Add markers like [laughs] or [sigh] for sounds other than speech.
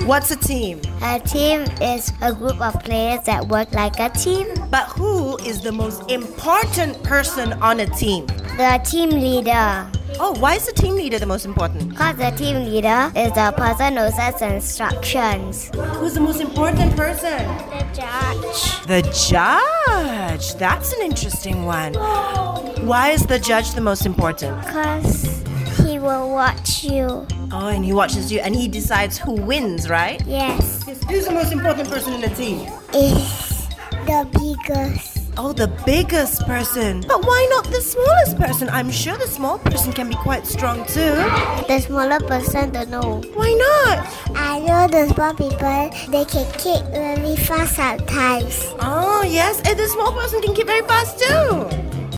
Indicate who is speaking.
Speaker 1: What's a team?
Speaker 2: A team is a group of players that work like a team.
Speaker 1: But who is the most important person on a team?
Speaker 2: The team leader.
Speaker 1: Oh, why is the team leader the most important?
Speaker 2: Because the team leader is the person who sets instructions.
Speaker 1: Who's the most important person?
Speaker 2: The judge.
Speaker 1: The judge. That's an interesting one. Why is the judge the most important?
Speaker 2: Because he will watch you.
Speaker 1: Oh, and he watches you and he decides who wins, right?
Speaker 2: Yes. [laughs]
Speaker 1: Who's the most important person in the team?
Speaker 2: Is the biggest.
Speaker 1: Oh, the biggest person. But why not the smallest person? I'm sure the small person can be quite strong too.
Speaker 2: The smaller person don't know.
Speaker 1: Why not?
Speaker 2: I know the small people, they can kick really fast sometimes.
Speaker 1: Oh, yes, and the small person can kick very fast too.